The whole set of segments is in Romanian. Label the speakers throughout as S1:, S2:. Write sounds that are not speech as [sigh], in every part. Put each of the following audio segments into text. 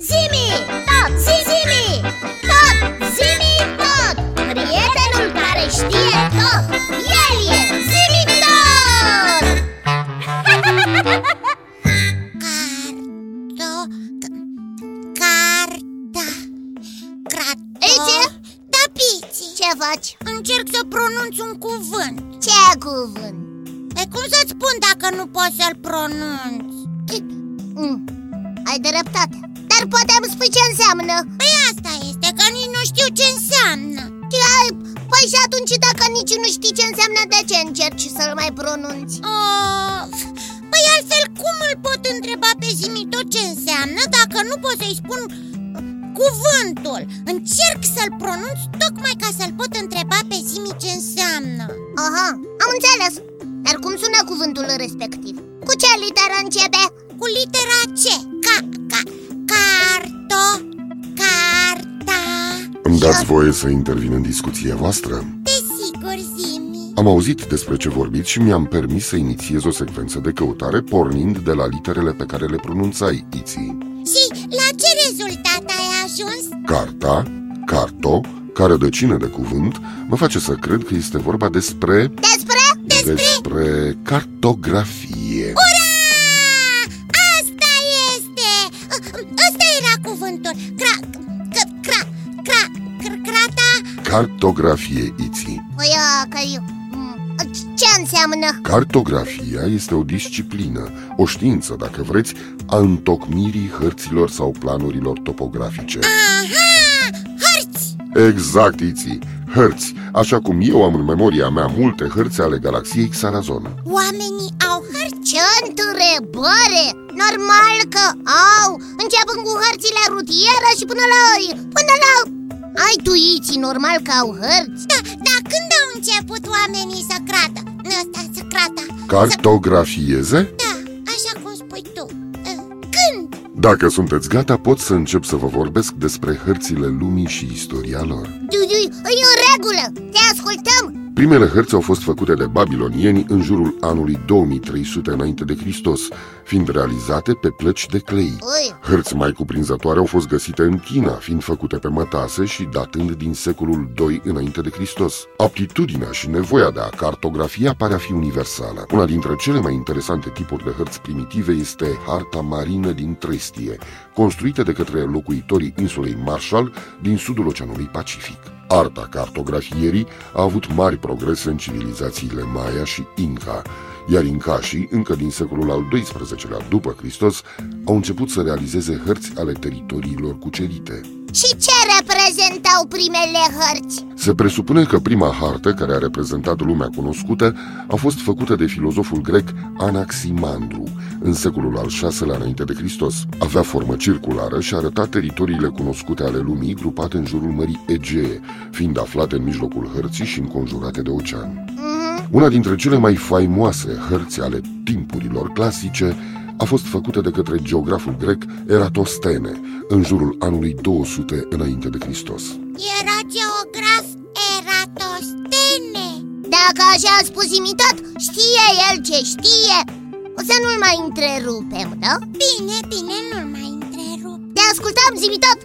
S1: Zimi, tot, zi, zimi, tot, zimi, tot Prietenul care știe tot, el e zimi [laughs] tot Cardo, carta, crato Ece? Da, pici Ce faci?
S2: Încerc să pronunț un cuvânt
S1: Ce cuvânt?
S2: E cum să-ți spun dacă nu poți să-l pronunț?
S1: Mm, ai dreptate Dar poate îmi spui ce înseamnă
S2: Păi asta este, că nici nu știu ce înseamnă
S1: Ai, păi și atunci dacă nici nu știi ce înseamnă, de ce încerci să-l mai pronunți?
S2: Of, păi altfel cum îl pot întreba pe Zimi tot ce înseamnă dacă nu pot să-i spun uh, cuvântul? Încerc să-l pronunț tocmai ca să-l pot întreba pe Zimi ce înseamnă
S1: Aha, am înțeles Dar cum sună cuvântul respectiv? Cu ce literă începe?
S2: Cu litera C, ca, ca, carto, carta
S3: Îmi dați voie să intervin în discuția voastră?
S2: Desigur, Zimi
S3: Am auzit despre ce vorbiți și mi-am permis să inițiez o secvență de căutare pornind de la literele pe care le pronunțai, Iții.
S2: Și la ce rezultat ai ajuns?
S3: Carta, carto, care rădăcină de cuvânt, mă face să cred că este vorba despre...
S1: Despre?
S3: Despre cartografie.
S2: Ura! Asta este! Asta era cuvântul! Cra... Cra... Cra... Cra... Cra... Crata... uh,
S3: Cartografie, Iții.
S1: Păi, a, că eu... mm, Ce înseamnă?
S3: Cartografia este o disciplină, o știință, dacă vreți, a întocmirii hărților sau planurilor topografice.
S2: Aha! Hărți!
S3: Exact, Iții, hărți, așa cum eu am în memoria mea multe hărți ale galaxiei Xarazon.
S2: Oamenii au hărți?
S1: Ce întrebare! Normal că au, începând cu hărțile rutiere și până la... până la... Ai tuiții, normal că au hărți
S2: Da, dar când au început oamenii să crată? Asta, să crata să...
S3: Cartografieze?
S2: Da, așa cum spui tu Ă, Când?
S3: Dacă sunteți gata, pot să încep să vă vorbesc despre hărțile lumii și istoria lor.
S1: Du- du- E în regulă, te ascultăm
S3: Primele hărți au fost făcute de babilonieni în jurul anului 2300 înainte de Hristos, fiind realizate pe plăci de clei.
S1: Ui,
S3: Hărți mai cuprinzătoare au fost găsite în China, fiind făcute pe mătase și datând din secolul II înainte de Hristos. Aptitudinea și nevoia de a cartografia pare a fi universală. Una dintre cele mai interesante tipuri de hărți primitive este harta marină din Trestie, construită de către locuitorii insulei Marshall din sudul Oceanului Pacific. Arta cartografierii a avut mari progrese în civilizațiile Maya și Inca, iar incașii, încă din secolul al XII-lea după Hristos, au început să realizeze hărți ale teritoriilor cucerite.
S1: și ce reprezentau primele hărți?
S3: Se presupune că prima hartă care a reprezentat lumea cunoscută a fost făcută de filozoful grec Anaximandru în secolul al VI-lea înainte de Hristos. Avea formă circulară și arăta teritoriile cunoscute ale lumii grupate în jurul Mării Egee, fiind aflate în mijlocul hărții și înconjurate de ocean.
S1: Mhm.
S3: Una dintre cele mai faimoase hărți ale timpurilor clasice a fost făcută de către geograful grec Eratostene în jurul anului 200 înainte de Hristos.
S2: Era geograf Eratostene
S1: Dacă așa a spus imitat, știe el ce știe O să nu-l mai întrerupem, da?
S2: Bine, bine, nu-l mai întrerup
S1: Te ascultăm, zimitat!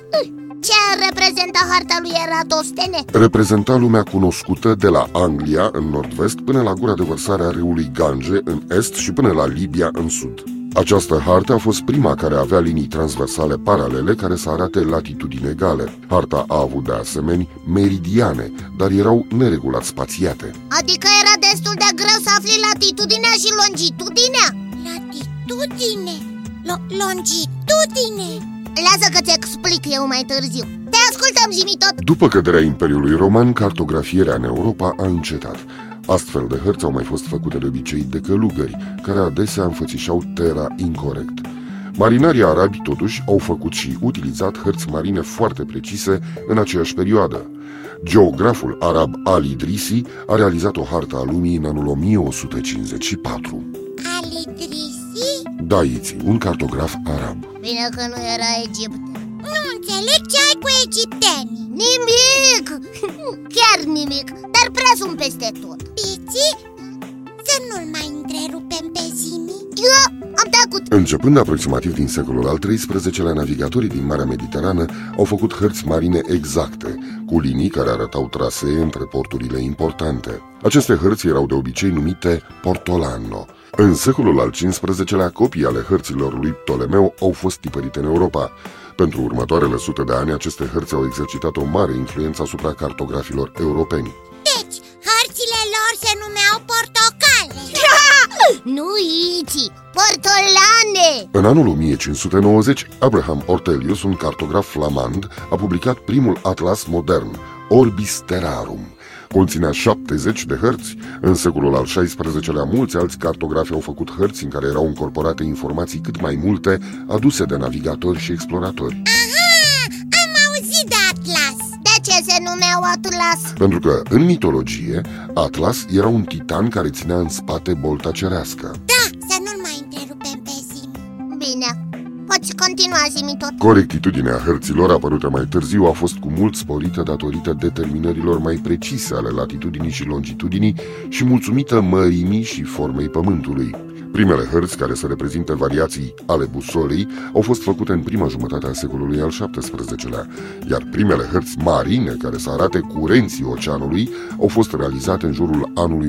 S1: Ce reprezenta harta lui Eratostene?
S3: reprezenta lumea cunoscută de la Anglia în nord-vest până la gura de vărsare a râului Gange în est și până la Libia în sud. Această hartă a fost prima care avea linii transversale paralele care să arate latitudini egale. Harta a avut de asemenea meridiane, dar erau neregulat spațiate.
S1: Adică era destul de greu să afli latitudinea și longitudinea?
S2: Latitudine Lo- Longitudine
S1: Lasă că ți explic eu mai târziu Te ascultăm, zimitot!
S3: După căderea Imperiului Roman, cartografierea în Europa a încetat. Astfel de hărți au mai fost făcute de obicei de călugări, care adesea înfățișau terra incorrect. Marinarii arabi, totuși, au făcut și utilizat hărți marine foarte precise în aceeași perioadă. Geograful arab Ali Idrisi a realizat o hartă a lumii în anul 1154.
S2: Alidrisi?
S3: Daiți, un cartograf arab.
S1: Bine că nu era Egipt
S2: Nu înțeleg ce ai cu egiptenii
S1: Nimic! [laughs] Chiar nimic, dar presum peste tot
S2: Pici, să nu-l mai întrerupem pe Zimi
S1: Eu Am tăcut
S3: Începând aproximativ din secolul al XIII-lea, navigatorii din Marea Mediterană au făcut hărți marine exacte, cu linii care arătau trasee între porturile importante. Aceste hărți erau de obicei numite Portolanno. În secolul al XV-lea, copii ale hărților lui Ptolemeu au fost tipărite în Europa. Pentru următoarele sute de ani, aceste hărți au exercitat o mare influență asupra cartografilor europeni.
S2: Deci, hărțile lor se numeau portocale
S1: Da! Nu Iti, portolane
S3: În anul 1590, Abraham Ortelius, un cartograf flamand, a publicat primul atlas modern, Orbis Terrarum. Conținea 70 de hărți. În secolul al XVI-lea, mulți alți cartografi au făcut hărți în care erau încorporate informații cât mai multe aduse de navigatori și exploratori.
S2: Aha, am auzit de atlas
S1: De ce se numeau atlas?
S3: Pentru că, în mitologie, Atlas era un titan care ținea în spate bolta cerească.
S2: Da, să nu-l mai întrerupem pe Zimi
S1: Bine, poți continua zi tot
S3: Corectitudinea hărților apărută mai târziu a fost cu mult sporită datorită determinărilor mai precise ale latitudinii și longitudinii și mulțumită mărimii și formei pământului. Primele hărți care să reprezinte variații ale busolei au fost făcute în prima jumătate a secolului al XVII-lea, iar primele hărți marine care să arate curenții oceanului au fost realizate în jurul anului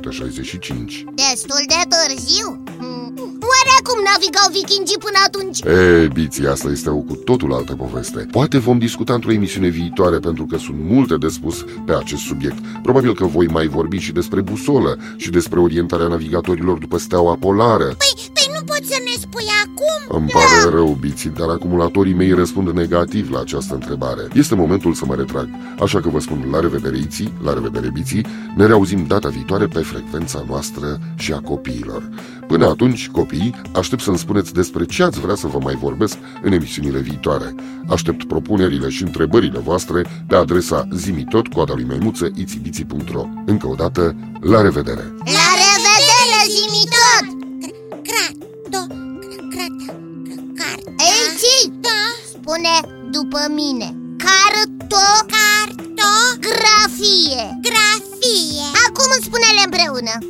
S3: 1665.
S1: Destul de târziu Mm. Oare cum navigau vikingii până atunci?
S3: E, biții, asta este o cu totul altă poveste. Poate vom discuta într-o emisiune viitoare, pentru că sunt multe de spus pe acest subiect. Probabil că voi mai vorbi și despre busolă și despre orientarea navigatorilor după steaua polară.
S2: Păi, păi nu poți să ne spui acum?
S3: Îmi pare rău, biții, dar acumulatorii mei răspund negativ la această întrebare. Este momentul să mă retrag, așa că vă spun la revedere, iții, la revedere, biții, ne reauzim data viitoare pe frecvența noastră și a copiilor. Până atunci, copiii, aștept să-mi spuneți despre ce ați vrea să vă mai vorbesc în emisiunile viitoare. Aștept propunerile și întrebările voastre pe adresa zimitot, coada lui maimuță, itibiții.ro. Încă o dată, la revedere!
S1: La revedere, zi tot!
S2: Crat, do, crata, cr- carta
S1: Ei, zi,
S2: Da,
S1: spune după mine Cartografie
S2: cartografie
S1: Acum spune-le împreună Oh,